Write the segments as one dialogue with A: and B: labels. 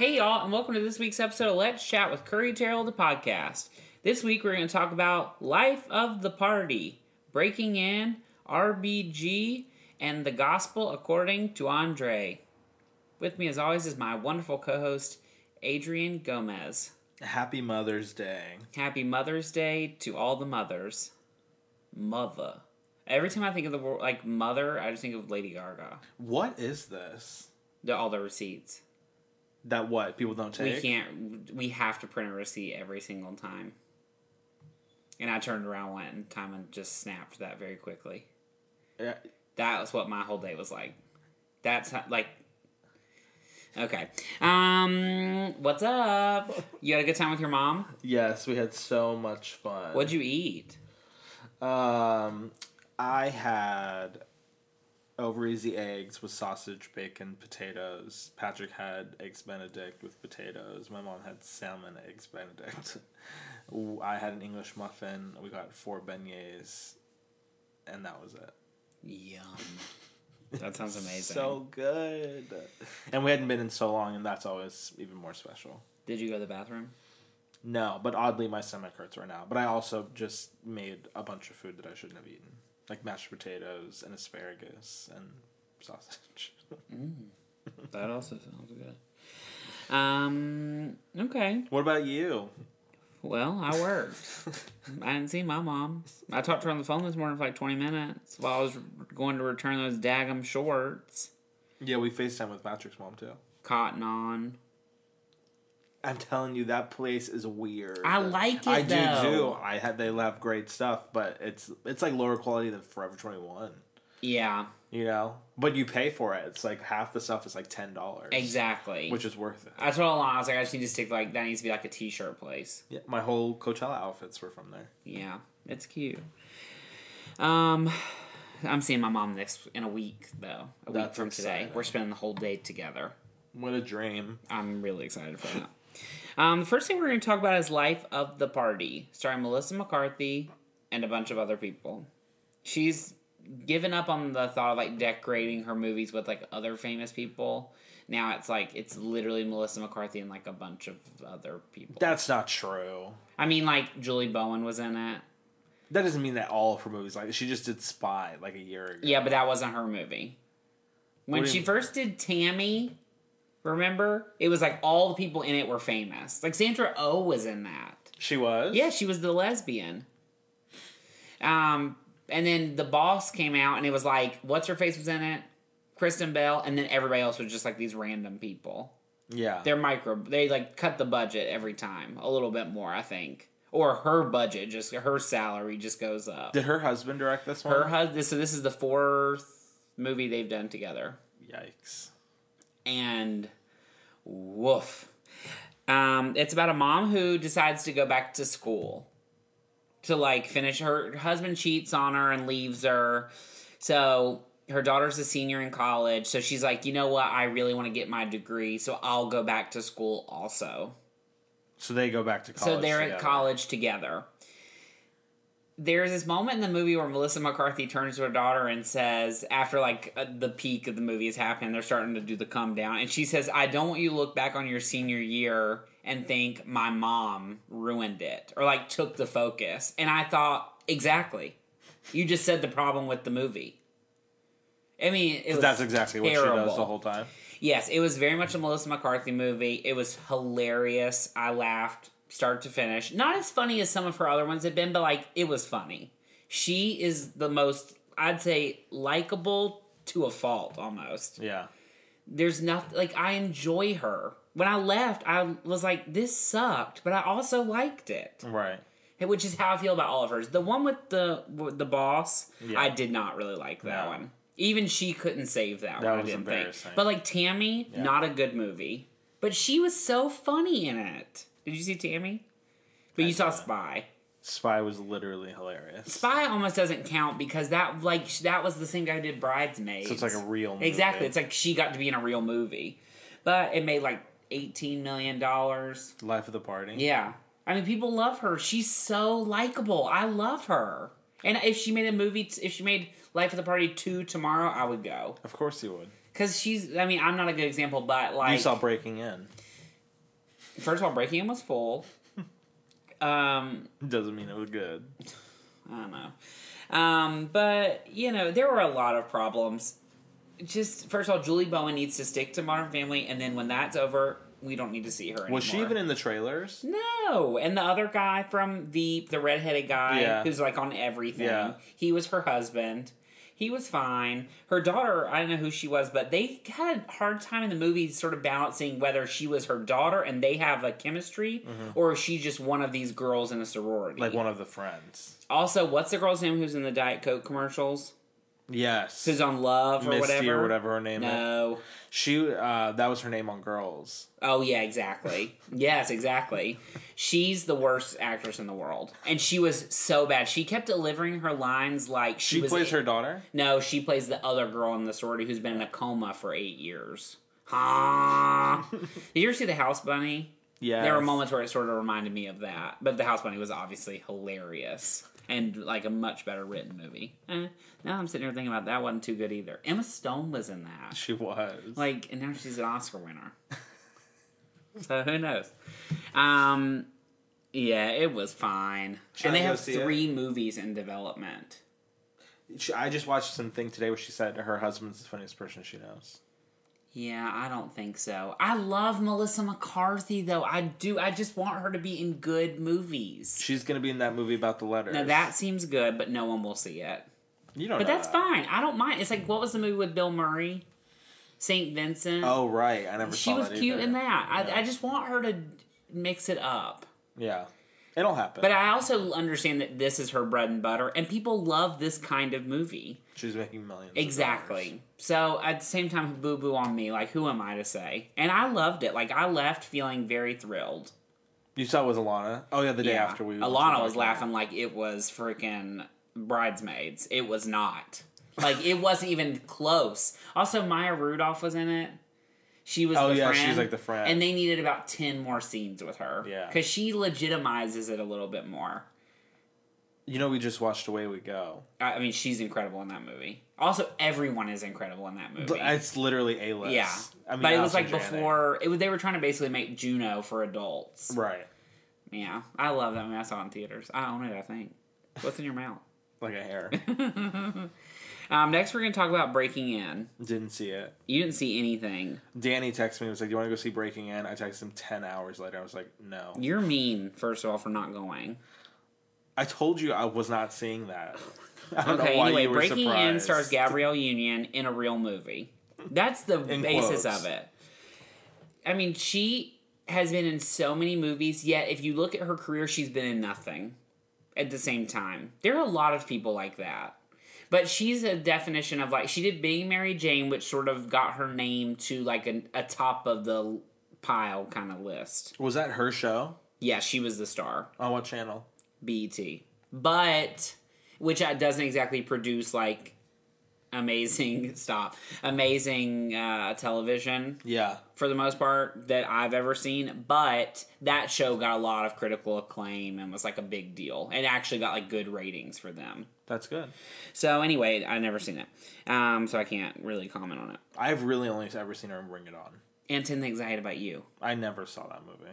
A: and welcome to this week's episode of Let's Chat with Curry Terrell, the podcast. This week, we're going to talk about Life of the Party, Breaking In, RBG, and the Gospel According to Andre. With me, as always, is my wonderful co host, Adrian Gomez.
B: Happy Mother's Day.
A: Happy Mother's Day to all the mothers. Mother. Every time I think of the word like mother, I just think of Lady Gaga.
B: What is this?
A: The, all the receipts.
B: That what people don't take?
A: We can't. We have to print a receipt every single time. And I turned around one time and just snapped that very quickly.
B: Uh,
A: That was what my whole day was like. That's how, like. Okay. Um. What's up? You had a good time with your mom.
B: Yes, we had so much fun.
A: What'd you eat?
B: Um, I had over easy eggs with sausage, bacon, potatoes. Patrick had eggs Benedict with potatoes. My mom had salmon eggs Benedict. Ooh, I had an English muffin. We got four beignets, and that was it.
A: Yum. That sounds amazing.
B: So good. And we hadn't been in so long, and that's always even more special.
A: Did you go to the bathroom?
B: No, but oddly, my stomach hurts right now. But I also just made a bunch of food that I shouldn't have eaten, like mashed potatoes and asparagus and sausage.
A: That also sounds good. Um. Okay.
B: what about you?
A: Well, I worked. I didn't see my mom. I talked to her on the phone this morning for like 20 minutes while I was going to return those daggum shorts.
B: Yeah, we FaceTime with Patrick's mom too.
A: Cotton on.
B: I'm telling you, that place is weird.
A: I like it,
B: I
A: though.
B: do too. I had they have great stuff, but it's it's like lower quality than Forever Twenty One.
A: Yeah,
B: You know, but you pay for it. It's like half the stuff is like ten dollars,
A: exactly.
B: which is worth it.
A: I told Alana, I was like, I just need to stick like that needs to be like a t-shirt place.
B: Yeah, my whole Coachella outfits were from there.
A: Yeah, it's cute. Um, I'm seeing my mom next in a week though. A week
B: That's
A: from today,
B: exciting.
A: we're spending the whole day together.
B: What a dream!
A: I'm really excited for that. Um, the first thing we're going to talk about is Life of the Party, starring Melissa McCarthy and a bunch of other people. She's given up on the thought of like decorating her movies with like other famous people. Now it's like it's literally Melissa McCarthy and like a bunch of other people.
B: That's not true.
A: I mean, like Julie Bowen was in it.
B: That doesn't mean that all of her movies like she just did Spy like a year ago.
A: Yeah, but that wasn't her movie. When
B: What do you
A: she
B: mean?
A: first did Tammy, remember? It was like all the people in it were famous. Like Sandra O oh was in that.
B: She was.
A: Yeah, she was the lesbian. Um, and then the boss came out, and it was like, what's her face was in it, Kristen Bell, and then everybody else was just like these random people.
B: Yeah.
A: They're micro. They like cut the budget every time a little bit more, I think, or her budget, just her salary just goes up.
B: Did her husband direct this one?
A: Her husband. So this is the fourth movie they've done together
B: Yikes.
A: and woof. Um, it's about a mom who decides to go back to school to like finish her husband cheats on her and leaves her. So her daughter's a senior in college, so she's like, you know what, I really want to get my degree, so I'll go back to school also.
B: So they go back to college.
A: So they're at
B: together.
A: college together. There's this moment in the movie where Melissa McCarthy turns to her daughter and says, after like uh, the peak of the movie has happened, they're starting to do the come down, and she says, "I don't want you to look back on your senior year and think my mom ruined it or like took the focus." And I thought, exactly, you just said the problem with the movie. I mean, it was
B: That's exactly what she does
A: terrible.
B: the whole time.
A: Yes, it was very much a Melissa McCarthy movie. It was hilarious. I laughed start to finish. Not as funny as some of her other ones have been, but like it was funny. She is the most, I'd say, likable to a fault almost.
B: Yeah.
A: There's nothing like I enjoy her. When I left, I was like, this sucked, but I also liked it,
B: Right.
A: which is how I feel about all of hers. The one with the with the boss,
B: Yeah.
A: I did not really like that
B: No.
A: one. Even she couldn't save that,
B: That
A: one.
B: was
A: I didn't
B: embarrassing.
A: think. But like Tammy, not a good movie, but she was so funny in it. Did you see Tammy? But you saw
B: saw it.
A: Spy.
B: Spy was literally hilarious.
A: Spy almost doesn't count because that like sh- that was the same guy who did Bridesmaids.
B: So it's like a real movie.
A: exactly. It's like she got to be in a real movie, but it made like eighteen million dollars.
B: Life of the Party.
A: Yeah. I mean, people love her. She's so likable. I love her. And if she made a movie, t- if she made Life of the Party 2 tomorrow, I would go.
B: Of course you would.
A: Because she's, I mean, I'm not a good example, but like.
B: you saw Breaking In.
A: First of all, Breaking In was full. Um,
B: Doesn't mean it was good.
A: I don't know. Um, but, you know, there were a lot of problems. Just, first of all, Julie Bowen needs to stick to Modern Family, and then when that's over, we don't need to see her anymore.
B: Was she even in the trailers?
A: No, and the other guy from Veep, the redheaded guy
B: Yeah.
A: who's like on everything,
B: Yeah.
A: he was her husband. He was fine. Her daughter, I don't know who she was, but they had a hard time in the movie sort of balancing whether she was her daughter and they have a chemistry or is she just one of these girls in a sorority.
B: Mm-hmm. Like one of the friends.
A: Also, what's the girl's name who's in the Diet Coke commercials?
B: Yes.
A: Who's on Love or
B: Misty
A: whatever?
B: or whatever her name is.
A: No.
B: She uh, that was her name on Girls.
A: Oh yeah, exactly. yes, exactly. She's the worst actress in the world, and she was so bad. She kept delivering her lines like she,
B: She
A: was
B: plays her daughter.
A: No, she plays the other girl in the sorority who's been in a coma for eight years. Ah. Did you ever see the House Bunny?
B: Yeah.
A: There were moments where it sort of reminded me of that, but the House Bunny was obviously hilarious and like a much better written movie. Eh, now I'm sitting here thinking about that wasn't too good either. Emma Stone was in that.
B: she was.
A: Like, and now she's an Oscar winner. so who knows? Um, yeah, it was fine.
B: Should
A: and
B: I
A: they
B: go
A: have
B: see it?
A: three movies in development.
B: She, I just watched something today where she said her husband's the funniest person she knows.
A: Yeah, I don't think so. I love Melissa McCarthy though. I do. I just want her to be in good movies.
B: She's gonna be in that movie about the letters.
A: Now that seems good, but no one will see it.
B: you don't.
A: But
B: know
A: that's
B: that.
A: fine. I don't mind. It's like what was the movie with Bill Murray? St. Vincent.
B: Oh right, I never.
A: she
B: saw
A: was
B: that
A: cute
B: either.
A: in that.
B: Yeah.
A: I, I just want her to mix it up.
B: Yeah, it'll happen.
A: But I also understand that this is her bread and butter, and people love this kind of movie.
B: She's making millions. of dollars.
A: Exactly. So at the same time, boo boo on me. Like, who am I to say? And I loved it. Like, I left feeling very thrilled.
B: You saw it was Alana. Oh yeah, the day after we.
A: Alana was laughing like it was freaking bridesmaids. It was not. Like, it wasn't even close. Also, Maya Rudolph was in it. She was
B: Oh,
A: the
B: yeah,
A: friend,
B: she's, like, the friend.
A: and they needed about ten more scenes with her,
B: Yeah.
A: because she legitimizes it a little bit more.
B: You know, we just watched Away We Go.
A: I I mean, she's incredible in that movie. Also, everyone is incredible in that movie.
B: It's literally a list.
A: yeah,
B: I mean,
A: but it was
B: Allison
A: like
B: Janney.
A: before it was, they were trying to basically make Juno for adults.
B: Right,
A: Yeah, I love that movie. I saw it in theaters. I own it. I think. What's in your mouth?
B: like a hair.
A: Um, next, we're gonna talk about Breaking In.
B: Didn't see it.
A: You didn't see anything.
B: Danny texted me. and was like, "Do you want to go see Breaking In?" I texted him ten hours later. I was like, "No."
A: You're mean, first of all, for not going.
B: I told you I was not seeing that. I don't
A: Okay,
B: know why
A: anyway,
B: you were
A: Breaking
B: surprised.
A: In stars Gabrielle Union in a real movie. That's the
B: In
A: basis
B: quotes.
A: of it. I mean, she has been in so many movies, yet if you look at her career, she's been in nothing at the same time. There are a lot of people like that. But she's a definition of like, she did Being Mary Jane, which sort of got her name to like a, a top of the pile kind of list.
B: Was that her show?
A: Yeah, she was the star.
B: On what channel?
A: BET. E But which uh, doesn't exactly produce like amazing stop, amazing uh, television
B: Yeah.
A: for the most part that I've ever seen. But that show got a lot of critical acclaim and was like a big deal, and actually got like good ratings for them.
B: That's good.
A: So anyway, I've never seen it, um, so I can't really comment on it.
B: I've really only ever seen her in Bring It On.
A: And ten things I hate about you.
B: I never saw that movie.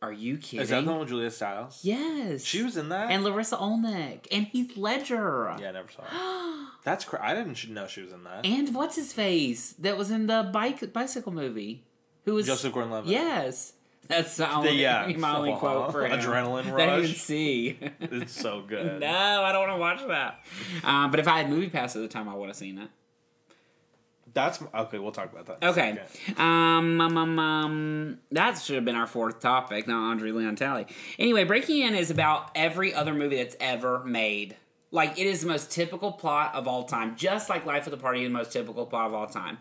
A: Are you kidding?
B: Is that the one with Julia Stiles?
A: yes.
B: She was in that?
A: and Larissa Olnick and Heath Ledger.
B: yeah, I never saw it. That's cra I didn't sh- know she was in that.
A: And what's his face that was in the bike bicycle movie? Who was
B: Joseph Gordon-Levitt.
A: Yes, that's the only,
B: yeah.
A: my only
B: Aw.
A: quote for him.
B: Adrenaline
A: That I
B: rush.
A: didn't see.
B: It's so good.
A: no, I don't want to watch that. Um, but if I had movie pass at the time, I would have seen it.
B: That's m- okay. We'll talk about that. in a
A: Okay.
B: second.
A: Um, um, um, um, that should have been our fourth topic, not Andre Leon Talley. Anyway, Breaking In is about every other movie that's ever made. Like, it is the most typical plot of all time, just like Life of the Party, the most typical plot of all time.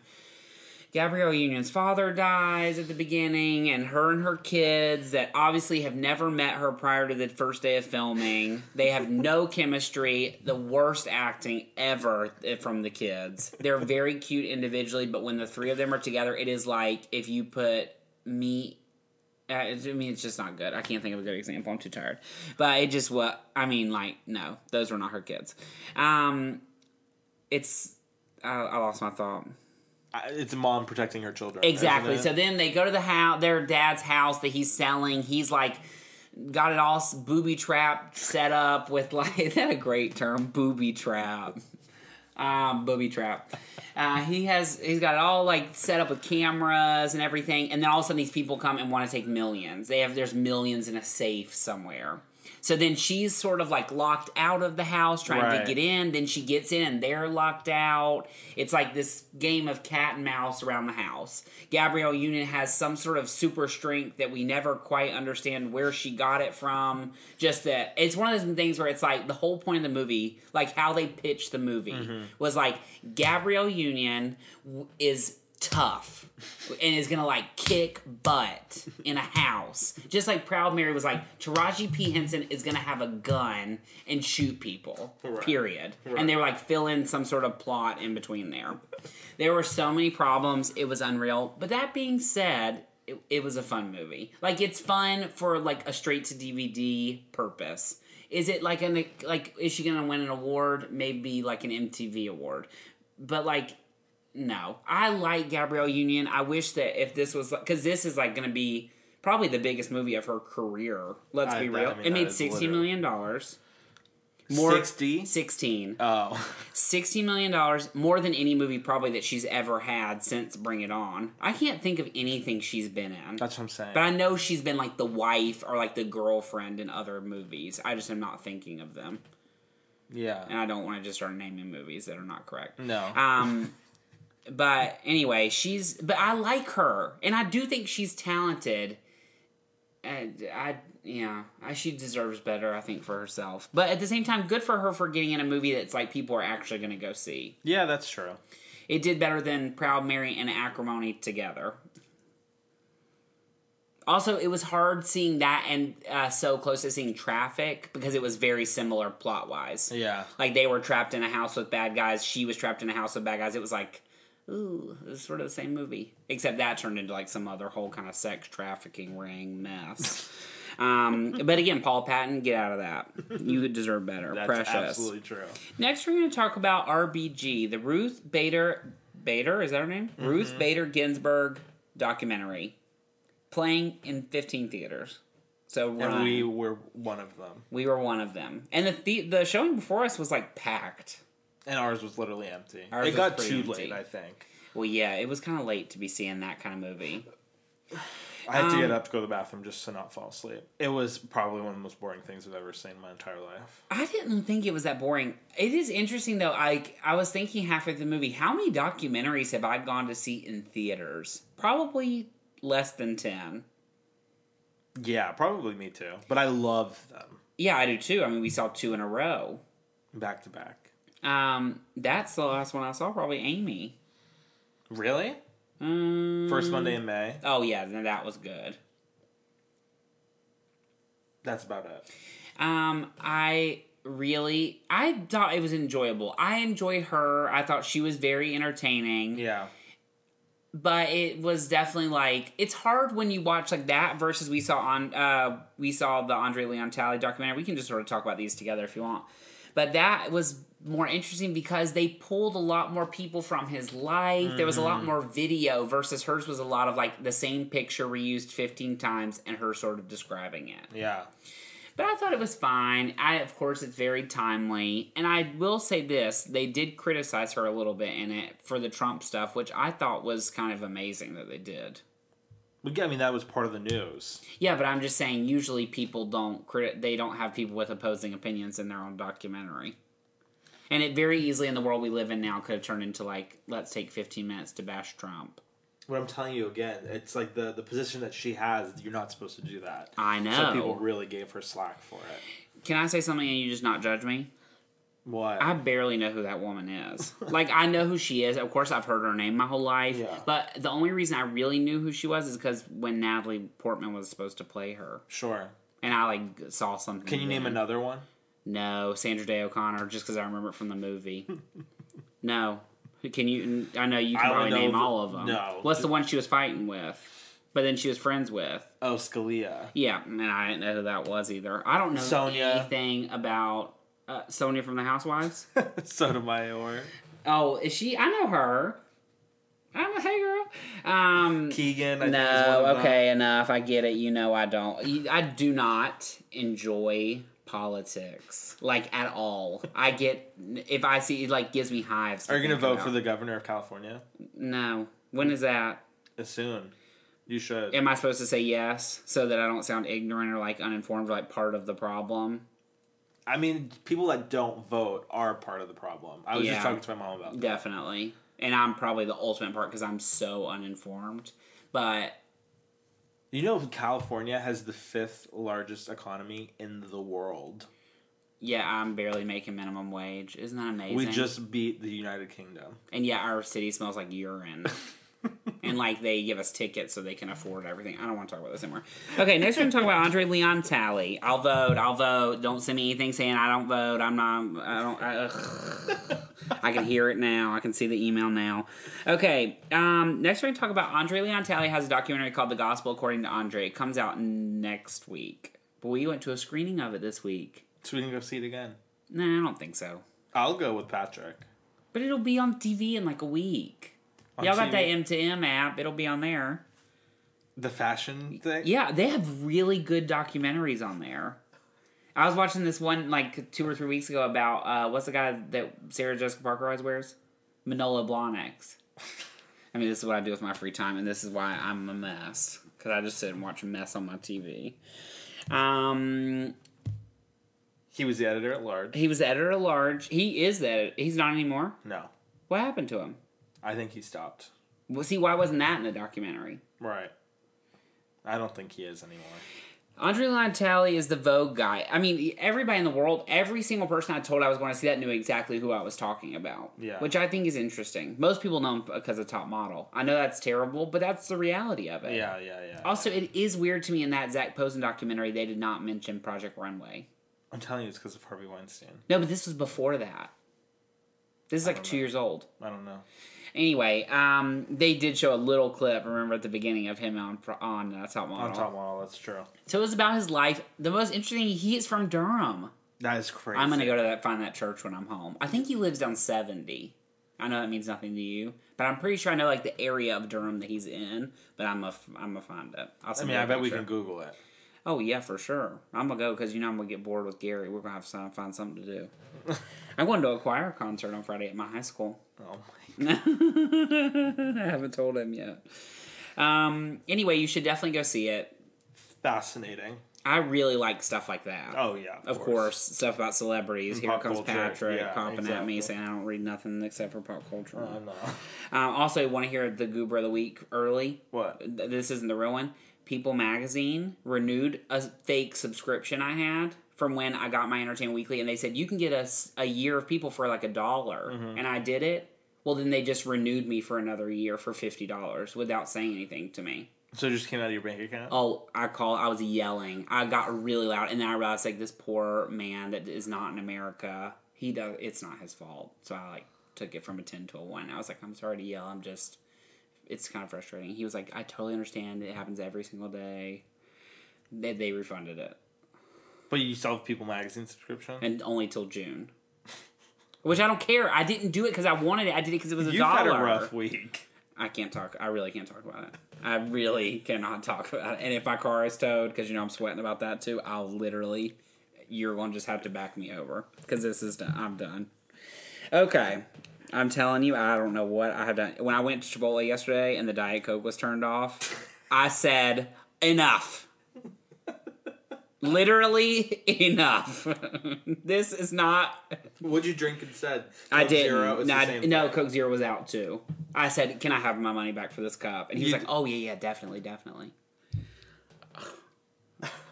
A: Gabrielle Union's father dies at the beginning, and her and her kids, that obviously have never met her prior to the first day of filming, they have no chemistry, the worst acting ever eh, from the kids. They're very cute individually, but when the three of them are together, it is like if you put meat. uh, I mean, it's just not good. I can't think of a good example. I'm too tired. But it just what I mean, like, no, those were not her kids. Um, it's I, I lost my thought.
B: I- It's mom protecting her children. isn't
A: Exactly.
B: it?
A: So then they go to the house, their dad's house that he's selling. He's like got it all s- booby trap set up with like is that a great term booby trap. Um, booby trap. Uh, he has he's got it all like set up with cameras and everything, and then all of a sudden these people come and want to take millions. They have there's millions in a safe somewhere. So then she's sort of like locked out of the house trying
B: Right.
A: to get in. Then she gets in and they're locked out. It's like this game of cat and mouse around the house. Gabrielle Union has some sort of super strength that we never quite understand where she got it from. Just that it's one of those things where it's like the whole point of the movie, like how they pitched the movie, was like Gabrielle Union w- is tough and is gonna like kick butt in a house. Just like Proud Mary was like, Taraji P. Henson is gonna have a gun and shoot people. Period. And they were like fill in some sort of plot in between there. There were so many problems, it was unreal. But that being said, it, it was a fun movie. Like it's fun for like a straight to DVD purpose. Is it like an like is she gonna win an award? Maybe like an MTV award. But like no, I like Gabrielle Union. I wish that if this was because this is like going to be probably the biggest movie of her career. Let's
B: I-
A: be
B: that-
A: real.
B: I mean,
A: it
B: that
A: made
B: is
A: sixty
B: literal.
A: million dollars. More
B: 60?
A: sixteen.
B: Oh,
A: Sixty million dollars more than any movie probably that she's ever had since Bring It On. I can't think of anything she's been in.
B: that's what I'm saying.
A: But I know she's been like the wife or like the girlfriend in other movies. I just am not thinking of them. And
B: yeah.
A: I don't want to just start naming movies that are not correct.
B: No.
A: Um, but anyway, she's. But I like her, and I do think she's talented. And I, yeah, I, she deserves better. I think for herself, but at the same time, good for her for getting in a movie that's like people are actually going to go see.
B: yeah, that's true.
A: It did better than Proud Mary and Acrimony together. Also, it was hard seeing that and uh, so close to seeing Traffic because it was very similar plot wise
B: Yeah.
A: like they were trapped in a house with bad guys she was trapped in a house with bad guys it was like ooh it was sort of the same movie except that turned into like some other whole kind of sex trafficking ring mess um, but again paul patton get out of that you deserve better
B: That's
A: precious
B: absolutely true.
A: next we're going to talk about rbg the ruth bader bader is that her name
B: Mm-hmm.
A: ruth bader ginsburg documentary playing in 15 theaters so run.
B: And we were one of them.
A: we were one of them and the, the the showing before us was like packed
B: And ours was literally empty.
A: Ours
B: it
A: was
B: got
A: pretty
B: too
A: empty.
B: late, I think.
A: Well, yeah, it was kind of late to be seeing that kind of movie.
B: I had to get
A: Um,
B: up to go to the bathroom just to not fall asleep. It was probably one of the most boring things I've ever seen in my entire life.
A: I didn't think it was that boring. It is interesting though. I I was thinking halfway through the movie, how many documentaries have I gone to see in theaters? Probably less than ten.
B: Yeah, probably me too. But I love them
A: Yeah, I do too. I mean, we saw two in a row.
B: back to back.
A: Um, that's the last one I saw. Probably Amy.
B: Really?
A: Um,
B: First Monday in May.
A: Oh yeah, then that was good.
B: That's about it.
A: Um, I really I thought it was enjoyable. I enjoyed her. I thought she was very entertaining.
B: Yeah.
A: but it was definitely like it's hard when you watch like that versus we saw on uh we saw the Andre Leon Talley documentary. We can just sort of talk about these together if you want. But that was more interesting because they pulled a lot more people from his life. There was a lot more video versus hers was a lot of like the same picture reused 15 times and her sort of describing it.
B: Yeah.
A: But I thought it was fine. I, of course, it's very timely. And I will say this they did criticize her a little bit in it for the Trump stuff, which I thought was kind of amazing that they did.
B: But yeah, I mean, that was part of the news.
A: Yeah, but I'm just saying, usually people don't crit- they don't have people with opposing opinions in their own documentary. And it very easily in the world we live in now could have turned into like, let's take 15 minutes to bash Trump.
B: What I'm telling you again, it's like the, the position that she has, you're not supposed to do that.
A: I know.
B: So people really gave her slack for it.
A: Can I say something and you just not judge me?
B: What?
A: I barely know who that woman is. Like I know who she is. Of course, I've heard her name my whole life.
B: Yeah.
A: But the only reason I really knew who she was is because when Natalie Portman was supposed to play her,
B: sure.
A: and I like saw something.
B: Can you name
A: then.
B: another one?
A: No, Sandra Day O'Connor, just because I remember it from the movie. no, can you? I know you can
B: I don't
A: probably
B: know
A: name
B: the-
A: all of them.
B: no.
A: What's the one she was fighting with? But then she was friends with.
B: Oh, Scalia.
A: Yeah, and I didn't know who that was either. I don't know
B: Sonya.
A: anything about uh, Sonia from The Housewives.
B: Sotomayor.
A: Oh, is she? I know her. I'm a hey girl. Um,
B: Keegan, I think is one of
A: no,
B: them.
A: okay, enough. I get it. You know, I don't. you- I do not enjoy politics like at all. I get if I see it like gives me hives. to
B: Are you gonna
A: think
B: vote
A: about.
B: for the governor of California?
A: No. When is that?
B: As soon. You should.
A: Am I supposed to say yes so that I don't sound ignorant or like uninformed, like part of the problem?
B: I mean, people that don't vote are part of the problem. I was
A: Yeah.
B: just talking to my mom about that.
A: Definitely. And I'm probably the ultimate part because I'm so uninformed. But
B: You know, California has the fifth largest economy in the world.
A: yeah, I'm barely making minimum wage. Isn't that amazing?
B: We just beat the United Kingdom.
A: and yeah, our city smells like urine. and like they give us tickets so they can afford everything. I don't want to talk about this anymore. Okay, next we're gonna talk about Andre Leon Talley. I'll vote. I'll vote. Don't send me anything saying I don't vote. I'm not. I don't. I, ugh. I can hear it now. I can see the email now. Okay. Um. Next we're gonna talk about Andre Leon Talley has a documentary called The Gospel According to Andre. It comes out next week. But we went to a screening of it this week.
B: So we can go see it again.
A: Nah, I don't think so.
B: I'll go with Patrick.
A: But it'll be on TV in like a week.
B: On
A: Y'all got that
B: TV.
A: M2M app. It'll be on there.
B: The fashion thing?
A: Yeah, they have really good documentaries on there. I was watching this one like two or three weeks ago about uh, what's the guy that Sarah Jessica Parker always wears? Manolo Blahniks. I mean, this is what I do with my free time, and this is why I'm a mess because I just sit and watch mess on my TV. Um,
B: He was the editor at large.
A: he was the editor at large. He is that. He's not anymore.
B: No.
A: What happened to him?
B: I think he stopped.
A: Well, see, why wasn't that in the documentary?
B: Right. I don't think he is anymore.
A: Andre Lantelli is the Vogue guy. I mean, everybody in the world, every single person I told I was going to see that knew exactly who I was talking about.
B: Yeah.
A: Which I think is interesting. Most people know him because of Top Model. I know that's terrible, but that's the reality of it.
B: Yeah, yeah, yeah.
A: Also, it is weird to me in that Zach Posen documentary, they did not mention Project Runway.
B: I'm telling you, it's because of Harvey Weinstein.
A: No, but this was before that. This is like two years old.
B: I don't know.
A: Anyway, um, they did show a little clip. Remember at the beginning of him on on uh, Top Model.
B: On top of all, that's true.
A: So it was about his life. The most interesting. He is from Durham.
B: That is crazy.
A: I'm gonna go to that find that church when I'm home. I think he lives down 70. I know that means nothing to you, but I'm pretty sure I know like the area of Durham that he's in. But I'm a I'm gonna find it. I'll
B: I
A: send
B: mean,
A: you a
B: I bet we
A: picture.
B: can Google it.
A: Oh yeah, for sure. I'm gonna go because you know I'm gonna get bored with Gary. We're gonna have to find something to do. I'm going to a choir concert on Friday at my high school.
B: Oh my.
A: I haven't told him yet. Um. Anyway, you should definitely go see it.
B: Fascinating.
A: I really like stuff like that.
B: Oh, yeah.
A: of course, stuff about celebrities. Here
B: pop
A: comes
B: culture,
A: Patrick
B: yeah,
A: popping at
B: exactly.
A: me
B: Oh,
A: saying I don't read nothing except for pop culture.
B: I know.
A: Um, also, want to hear the goober of the week early.
B: What?
A: Th- This isn't the real one. People Magazine renewed a fake subscription I had from when I got my Entertainment Weekly, and they said you can get a, s- a year of People for like a dollar, and I did it. Well, then they just renewed me for another year for fifty dollars without saying anything to me.
B: So it just came out of your bank account?
A: Oh, I call. I was yelling. I got really loud, and then I realized like this poor man that is not in America. He does. It's not his fault. So I like took it from a ten to a one. I was like, I'm sorry to yell. I'm just. It's kind of frustrating. He was like, I totally understand. It happens every single day. They, they refunded it,
B: But you still have People Magazine subscription?
A: and only till June. Which I don't care. I didn't do it because I wanted it. I did it because it was a
B: You've
A: dollar.
B: had a rough week.
A: I can't talk. I really can't talk about it. I really cannot talk about it. And if my car is towed, because you know I'm sweating about that too, I'll literally, you're going to just have to back me over because this is done. I'm done. Okay. I'm telling you, I don't know what I have done. When I went to Chipotle yesterday and the Diet Coke was turned off, I said, enough. literally, enough. this is not
B: What'd you drink instead?
A: I
B: Coke
A: did.
B: Zero, it's
A: No,
B: the
A: I-
B: same
A: no,
B: thing.
A: Coke Zero was out too. I said, "Can I have my money back for this cup?" And he was
B: You
A: like,
B: d-
A: "Oh yeah, yeah, definitely, definitely."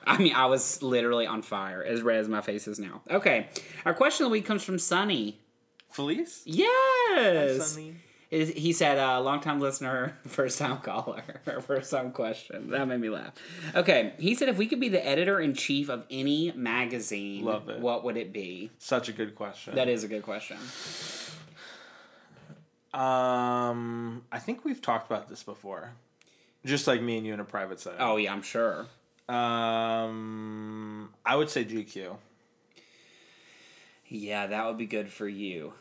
A: I mean, I was literally on fire, as red as my face is now. Okay, our question of the week comes from Sunny.
B: Felice?
A: Yes,
B: Sunny?
A: Is- he said, uh, "Long time listener, first time caller, or first time question." That made me laugh. Okay, he said, "If we could be the editor in chief of any magazine,
B: Love it.
A: what would it be?"
B: Such a good question.
A: That is a good question.
B: Um, I think we've talked about this before. Just like me and you in a private setting.
A: Oh yeah, I'm sure.
B: Um, I would say GQ.
A: Yeah, that would be good for you.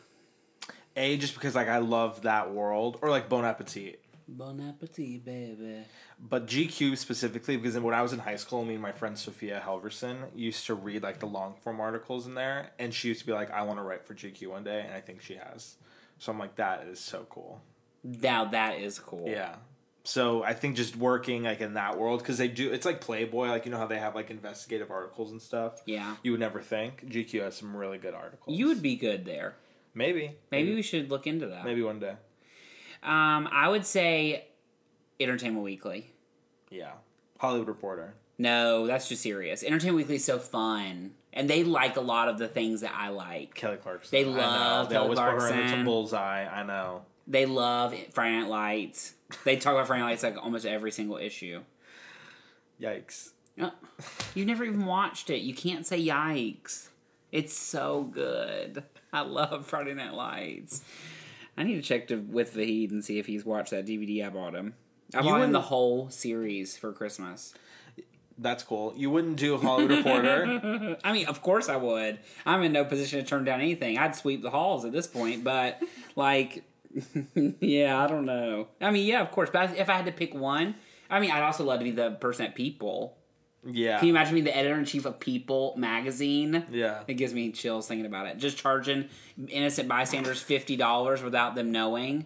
B: A just because like I love that world or like Bon Appetit.
A: Bon appetit, baby.
B: But GQ specifically, because when I was in high school, me and my friend Sophia Helverson used to read like the long form articles in there, and she used to be like, "I want to write for GQ one day," and I think she has. So I'm like, that is so cool.
A: Now that is cool.
B: Yeah. So I think just working like in that world because they do it's like Playboy, like you know how they have like investigative articles and stuff.
A: Yeah.
B: You would never think GQ has some really good articles.
A: You would be good there.
B: maybe
A: Maybe we should look into that.
B: maybe one day.
A: Um, I would say Entertainment Weekly.
B: Yeah. Hollywood Reporter.
A: No, that's just serious. Entertainment Weekly is so fun, and they like a lot of the things that I like.
B: Kelly Clarkson.
A: They
B: I know.
A: love
B: They
A: Kelly
B: always put her in with
A: Clarkson.
B: some bullseye. I know.
A: They love Friday Night Lights. They talk about Friday Night Lights like almost every single issue.
B: Yikes.
A: Uh, You've never even watched it. You can't say yikes. It's so good. I love Friday Night Lights. I need to check to, with Vahid and see if he's watched that DVD I bought him. I bought him
B: wouldn't-
A: the whole series for Christmas.
B: That's cool. You wouldn't do Hollywood Reporter.
A: I mean, of course I would. I'm in no position to turn down anything. I'd sweep the halls at this point, but like, yeah, I don't know. I mean, yeah, of course. But if I had to pick one, I mean, I'd also love to be the person at People.
B: Yeah.
A: Can you imagine being the editor in chief of People magazine?
B: yeah.
A: It gives me chills thinking about it. Just charging innocent bystanders fifty dollars without them knowing.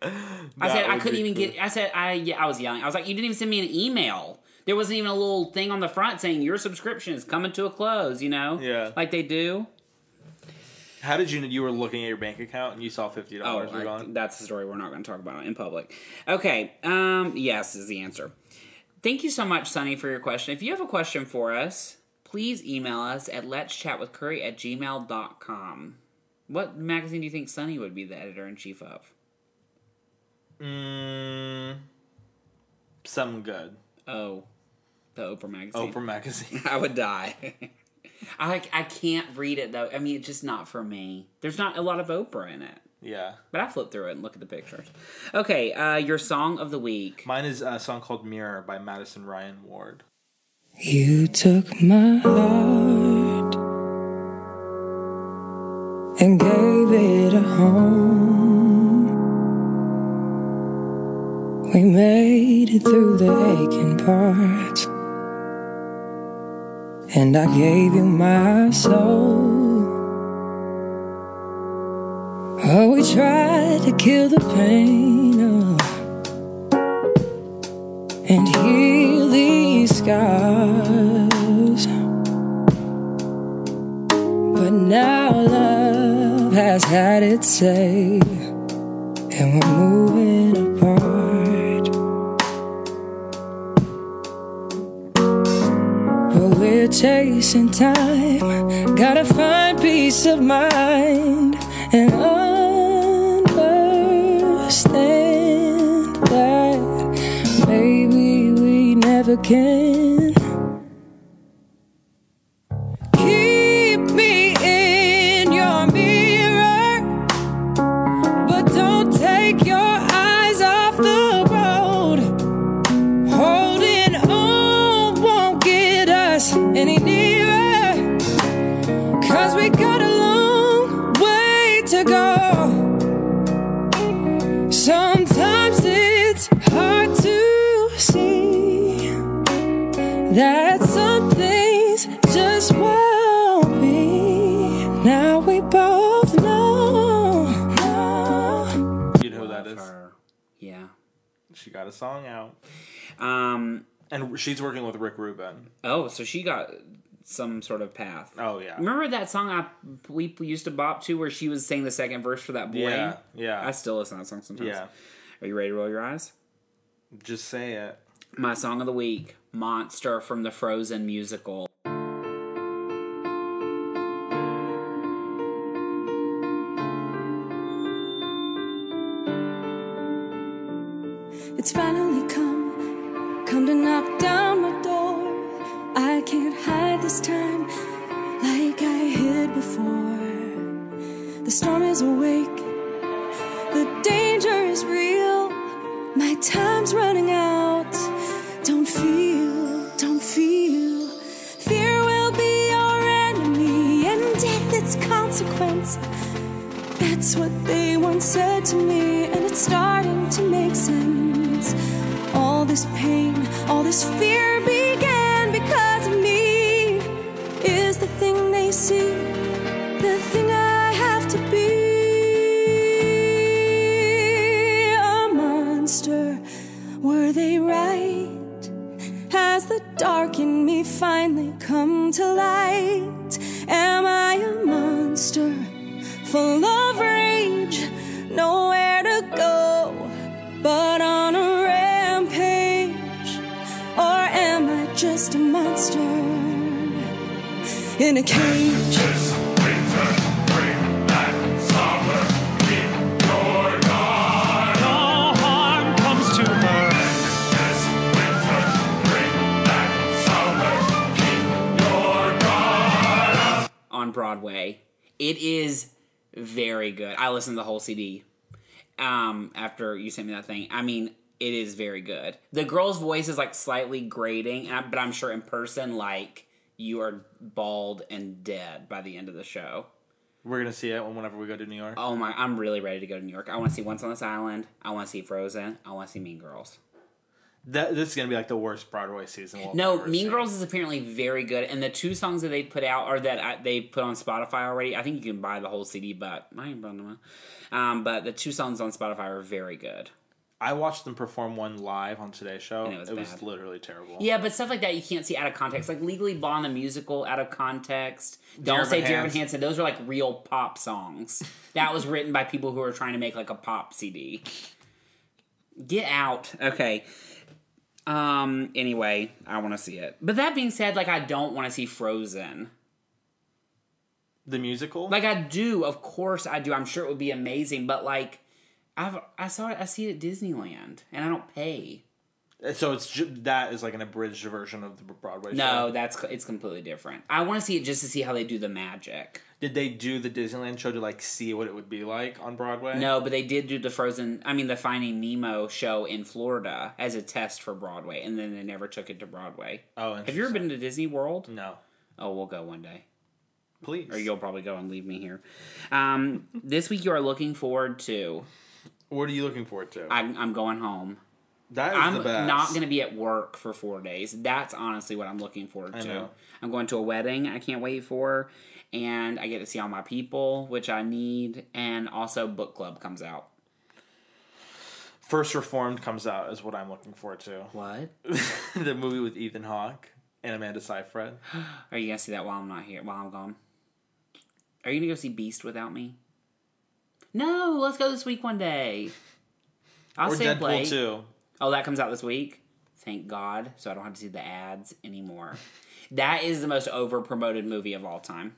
A: I
B: That
A: said I
B: would
A: couldn't
B: be
A: even
B: cool.
A: get. I said I yeah. I was yelling. I was like, you didn't even send me an email. There wasn't even a little thing on the front saying your subscription is coming to a close. You know,
B: Yeah.
A: like they do.
B: How did you know you were looking at your bank account and you saw fifty
A: Oh,
B: dollars were
A: I-
B: gone?
A: that's the story we're not going to talk about in public. Okay. Um. Yes is the answer. Thank you so much, Sunny, for your question. If you have a question for us, please email us at let's chat with curry at gmail.com. What magazine do you think Sunny would be the editor in chief of?
B: Mm, some good.
A: Oh, the Oprah magazine.
B: Oprah magazine.
A: I would die. I like I can't read it though. I mean, it's just not for me. There's not a lot of Oprah in it.
B: yeah.
A: But I flip through it and look at the pictures. Okay, uh, your song of the week.
B: Mine is a song called Mirror by Madison Ryan Ward.
C: You took my heart and gave it a home. We made it through the aching parts, and I gave you my soul. Oh, we tried to kill the pain of and heal these scars. But now love has had its say, and we're moving apart. But we're chasing time, gotta find peace of mind and understand that maybe we never can. Keep me in your mirror, but don't take your eyes off the road. Holding on won't get us any nearer. Cause we got a long way to go. Sometimes it's hard to see that some things just won't be. Now we both know. know.
B: You know who that is?
A: Her. Yeah.
B: She got a song out,
A: Um.
B: and she's working with Rick Rubin.
A: Oh, so she got some sort of path.
B: Oh yeah.
A: Remember that song I we used to bop to where she was saying the second verse for that boy?
B: Yeah. Yeah.
A: I still listen to that song sometimes.
B: yeah.
A: Are you ready to roll your eyes?
B: Just say it.
A: My song of the week, Monster from the Frozen musical.
C: It's finally come, come to knock down my door. I can't hide this time like I hid before. The storm is awake, the danger is real. My time's running out. Don't feel, don't feel. Fear will be your enemy and death its consequence. That's what they once said to me, and it's starting to make sense. All this pain, all this fear began because of me. Is the thing they see, the thing I have to be. A monster, were they right? Has the dark in me finally come to light? Am I a monster full of rage? Nowhere to go but on a rampage? Or am I just a monster in a cage?
D: All harm comes to her.
A: on Broadway. It is very good. I listened to the whole CD um, after you sent me that thing. I mean, it is very good. The girl's voice is like slightly grating, and I- but I'm sure in person, like you are bald and dead by the end of the show.
B: We're gonna see it whenever we go to New York.
A: Oh my! I'm really ready to go to New York. I want to see Once on This Island. I want to see Frozen. I want to see Mean Girls.
B: That, this is gonna be like the worst Broadway season. We'll
A: No,
B: ever
A: Mean
B: see.
A: Girls is apparently very good, and the two songs that they put out or that I, they put on Spotify already. I think you can buy the whole CD, but I ain't buying them. Um, but the two songs on Spotify are very good.
B: I watched them perform one live on Today's Show.
A: And
B: it
A: it
B: was,
A: was bad.
B: literally terrible.
A: Yeah, but stuff like that you can't see out of context, like Legally Blonde, the musical, out of context. Don't
B: Dear
A: say
B: Evan
A: Dear
B: Hansen.
A: Hanson. Those are like real pop songs. that was written by people who are trying to make like a pop CD. Get out. Okay. Um. Anyway, I want to see it. But that being said, like I don't want to see Frozen.
B: The musical?
A: Like I do, of course I do. I'm sure it would be amazing, but like I've I saw it I see it at Disneyland and I don't pay.
B: Uh, so it's ju- that is like an abridged version of the Broadway show.
A: No, that's it's completely different. I want to see it just to see how they do the magic.
B: Did they do the Disneyland show to like see what it would be like on Broadway?
A: No, but they did do the Frozen, I mean the Finding Nemo show in Florida as a test for Broadway and then they never took it to Broadway.
B: Oh,
A: Have you ever been to Disney World?
B: No.
A: Oh, we'll go one day.
B: Please.
A: Or you'll probably go and leave me here. Um, this week you are looking forward to.
B: What are you looking forward to?
A: I'm, I'm going home.
B: that is the
A: I'm
B: best.
A: not going to be at work for four days. That's honestly what I'm looking forward to.
B: know.
A: I'm going to a wedding I can't wait for, and I get to see all my people, which I need, and also book club comes out.
B: First Reformed comes out is what I'm looking forward to.
A: What?
B: the movie with Ethan Hawke and Amanda Seyfried.
A: Are you going to see that while I'm not here, while I'm gone? Are you going to go see Beast without me? No, let's go this week one day. I'll
B: or
A: stay up
B: Deadpool
A: late.
B: too.
A: Oh, that comes out this week. Thank God, so I don't have to see the ads anymore. that is the most over promoted movie of all time.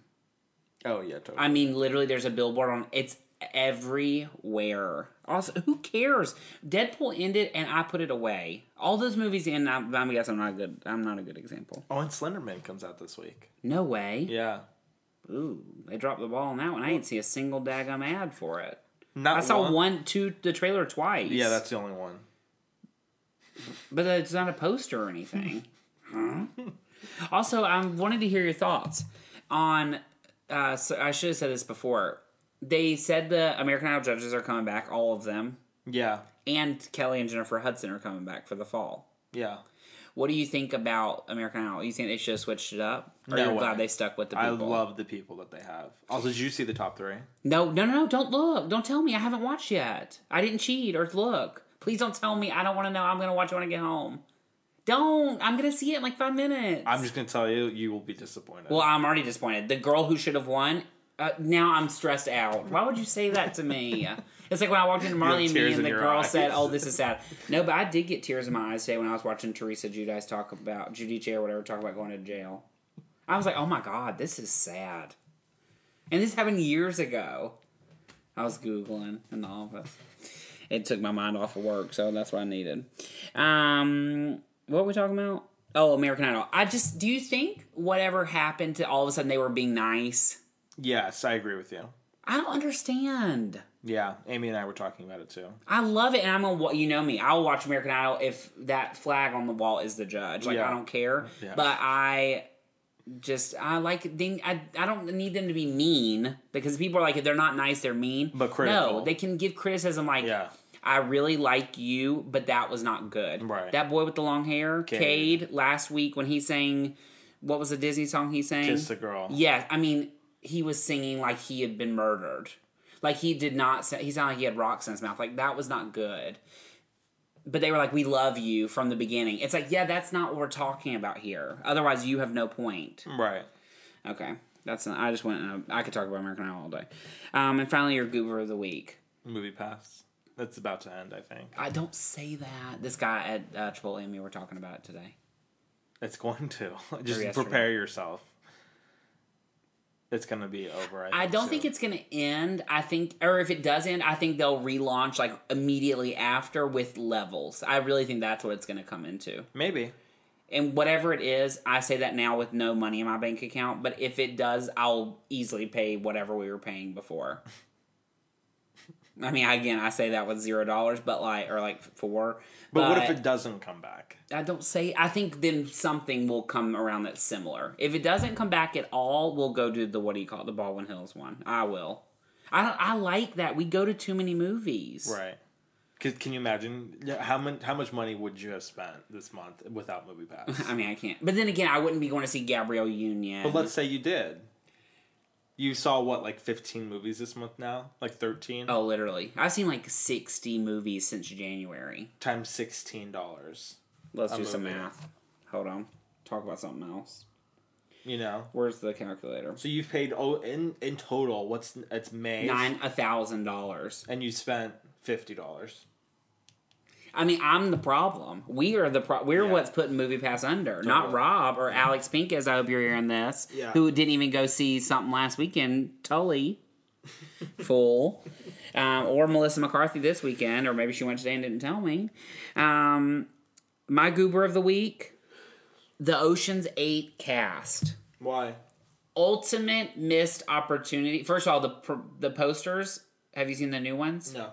B: Oh yeah, totally.
A: I mean, literally, there's a billboard on it's everywhere. Also, who cares? Deadpool ended, and I put it away. All those movies end. I, I guess I'm not a good. I'm not a good example.
B: oh, and Slenderman comes out this week.
A: No way.
B: Yeah.
A: Ooh, they dropped the ball on that one. I didn't see a single daggum ad for it.
B: Not
A: I saw one, two, the trailer twice.
B: Yeah, that's the only one.
A: but it's not a poster or anything. huh? Also, I wanted to hear your thoughts on. Uh, so I should have said this before. They said the American Idol judges are coming back, all of them.
B: Yeah.
A: and Kelly and Jennifer Hudson are coming back for the fall.
B: Yeah.
A: What do you think about American Idol? You think they should have switched it up? Or
B: No
A: you're
B: way.
A: glad they stuck with the people?
B: I love the people that they have. Also, did you see the top three?
A: No, no, no, no, don't look. Don't tell me. I haven't watched yet. I didn't cheat or look. Please don't tell me. I don't want to know. I'm going to watch it when I get home. Don't. I'm going to see it in like five minutes.
B: I'm just gonna tell you, you will be disappointed.
A: Well, I'm already disappointed. The girl who should have won, uh, now I'm stressed out. Why would you say that to me? it's like when I walked into Marley and me
B: tears
A: and the
B: in your
A: girl
B: eyes.
A: said, Oh, this is sad. No, but I did get tears in my eyes today when I was watching Teresa Judice talk about, Judice or whatever, talk about going to jail. I was like, Oh my God, this is sad. And this happened years ago. I was Googling in the office. It took my mind off of work, so that's what I needed. Um, what were we talking about? Oh, American Idol. I just, do you think whatever happened to all of a sudden they were being nice?
B: yes, I agree with you.
A: I don't understand.
B: Yeah, Amy and I were talking about it too.
A: I love it, and I'm gonna. wa- You know me. I'll watch American Idol if that flag on the wall is the judge. Like
B: Yeah.
A: I don't care.
B: Yeah.
A: But I just I like they, I I don't need them to be mean because people are like if they're not nice they're mean.
B: But critical.
A: No, they can give criticism like
B: Yeah.
A: I really like you, but that was not good.
B: Right.
A: That boy with the long hair,
B: Cade.
A: Cade, last week when he sang what was the Disney song he sang?
B: Kiss the girl.
A: Yeah, I mean, he was singing like he had been murdered. Like he did not. sa- He sounded like he had rocks in his mouth. Like that was not good. But they were like, "We love you" from the beginning. It's like, yeah, that's not what we're talking about here. Otherwise, you have no point.
B: Right.
A: Okay, that's. Not, I just went. Uh, I could talk about American Idol all day. Um, and finally, your goober of the week.
B: Movie pass. That's about to end, I think.
A: I don't say that. This guy at uh, Triple M, we were talking about it today.
B: It's going to. Just
A: yesterday.
B: prepare yourself. It's gonna be over. I,
A: I don't
B: soon.
A: think it's going to end. I think, or if it does end, I think they'll relaunch like immediately after with levels. I really think that's what it's going to come into.
B: maybe.
A: And whatever it is, I say that now with no money in my bank account. But if it does, I'll easily pay whatever we were paying before. I mean, again, I say that with zero dollars, but like, or like four.
B: But, what if it doesn't come back?
A: I don't say. I think then something will come around that's similar. If it doesn't come back at all, we'll go do the what do you call it, the Baldwin Hills one. I will. I don't, I like that. We go to too many movies.
B: Right. Cause can you imagine yeah, how much how much money would you have spent this month without movie pass?
A: I mean, I can't. But then again, I wouldn't be going to see Gabrielle Union.
B: but let's say you did. You saw what like fifteen movies this month now, like thirteen
A: oh, literally, I've seen like sixty movies since January.
B: times sixteen dollars.
A: Let's do
B: a
A: some
B: movie.
A: math. Hold on. Talk about something else.
B: You know.
A: Where's the calculator?
B: So you've paid oh in in total what's it's May
A: Nine a thousand dollars.
B: and you spent fifty dollars.
A: I mean, I'm the problem. We are the pro- we're
B: Yeah.
A: what's putting Movie Pass under, not
B: Totally.
A: Rob or Alex Pinkes. I hope you're hearing this.
B: Yeah.
A: Who didn't even go see something last weekend? Tully, fool, um, or Melissa McCarthy this weekend, or maybe she went today and didn't tell me. Um, my goober of the week: the Ocean's Eight cast
B: Why?
A: ultimate missed opportunity. First of all, the pr- the posters. Have you seen the new ones?
B: No.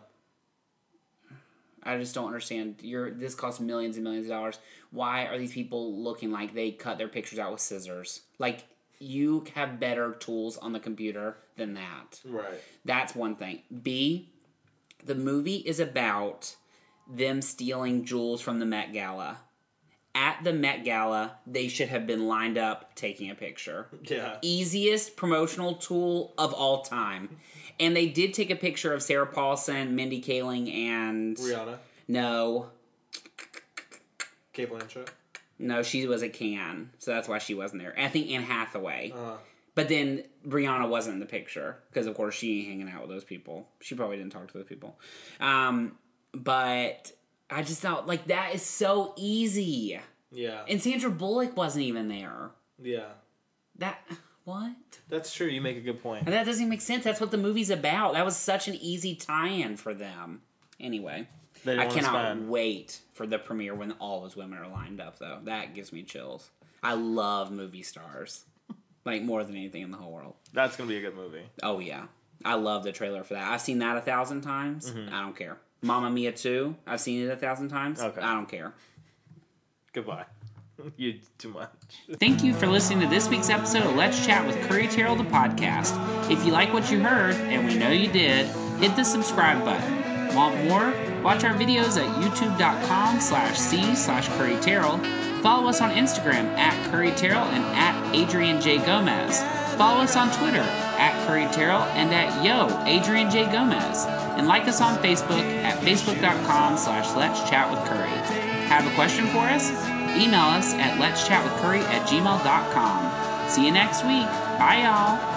A: I just don't understand. Your this costs millions and millions of dollars. Why are these people looking like they cut their pictures out with scissors? Like you have better tools on the computer than that.
B: Right.
A: That's one thing. B, the movie is about them stealing jewels from the Met Gala. At the Met Gala, they should have been lined up taking a picture
B: Yeah.
A: E. easiest promotional tool of all time. And they did take a picture of Sarah Paulson, Mindy Kaling, and
B: Rihanna,
A: no,
B: Kate Blanchett.
A: no, she was at Cannes, so that's why she wasn't there. I think Anne Hathaway,
B: Uh,
A: but then Rihanna wasn't in the picture because, of course, she ain't hanging out with those people. She probably didn't talk to those people. Um, but I just thought like that is so easy,
B: yeah.
A: and Sandra Bullock wasn't even there.
B: yeah.
A: That what?
B: That's true. You make a good point.
A: And that doesn't even make sense. That's what the movie's about. That was such an easy tie-in for them. Anyway,
B: They didn't
A: I
B: wanna
A: cannot
B: spend.
A: wait for the premiere when all those women are lined up. Though that gives me chills. I love movie stars, like more than anything in the whole world.
B: That's gonna be a good movie.
A: Oh yeah, I love the trailer for that. I've seen that a thousand times. I don't care. Mamma Mia too. I've seen it a thousand times.
B: Okay.
A: I don't care.
B: Goodbye. you did too much.
A: Thank you for listening to this week's episode of Let's Chat with Curry Terrell, the podcast. If you like what you heard, and we know you did, hit the subscribe button. Want more? Watch our videos at youtube.com slash C slash Curry Terrell. Follow us on Instagram at Curry Terrell and at Adrian J. Gomez. Follow us on Twitter at Curry Terrell and at Yo, Adrian J. Gomez. And like us on Facebook at facebook.com slash Let's Chat with Curry. Have a question for us? Email us at let's chat with curry at gmail.com. See you next week. Bye, y'all.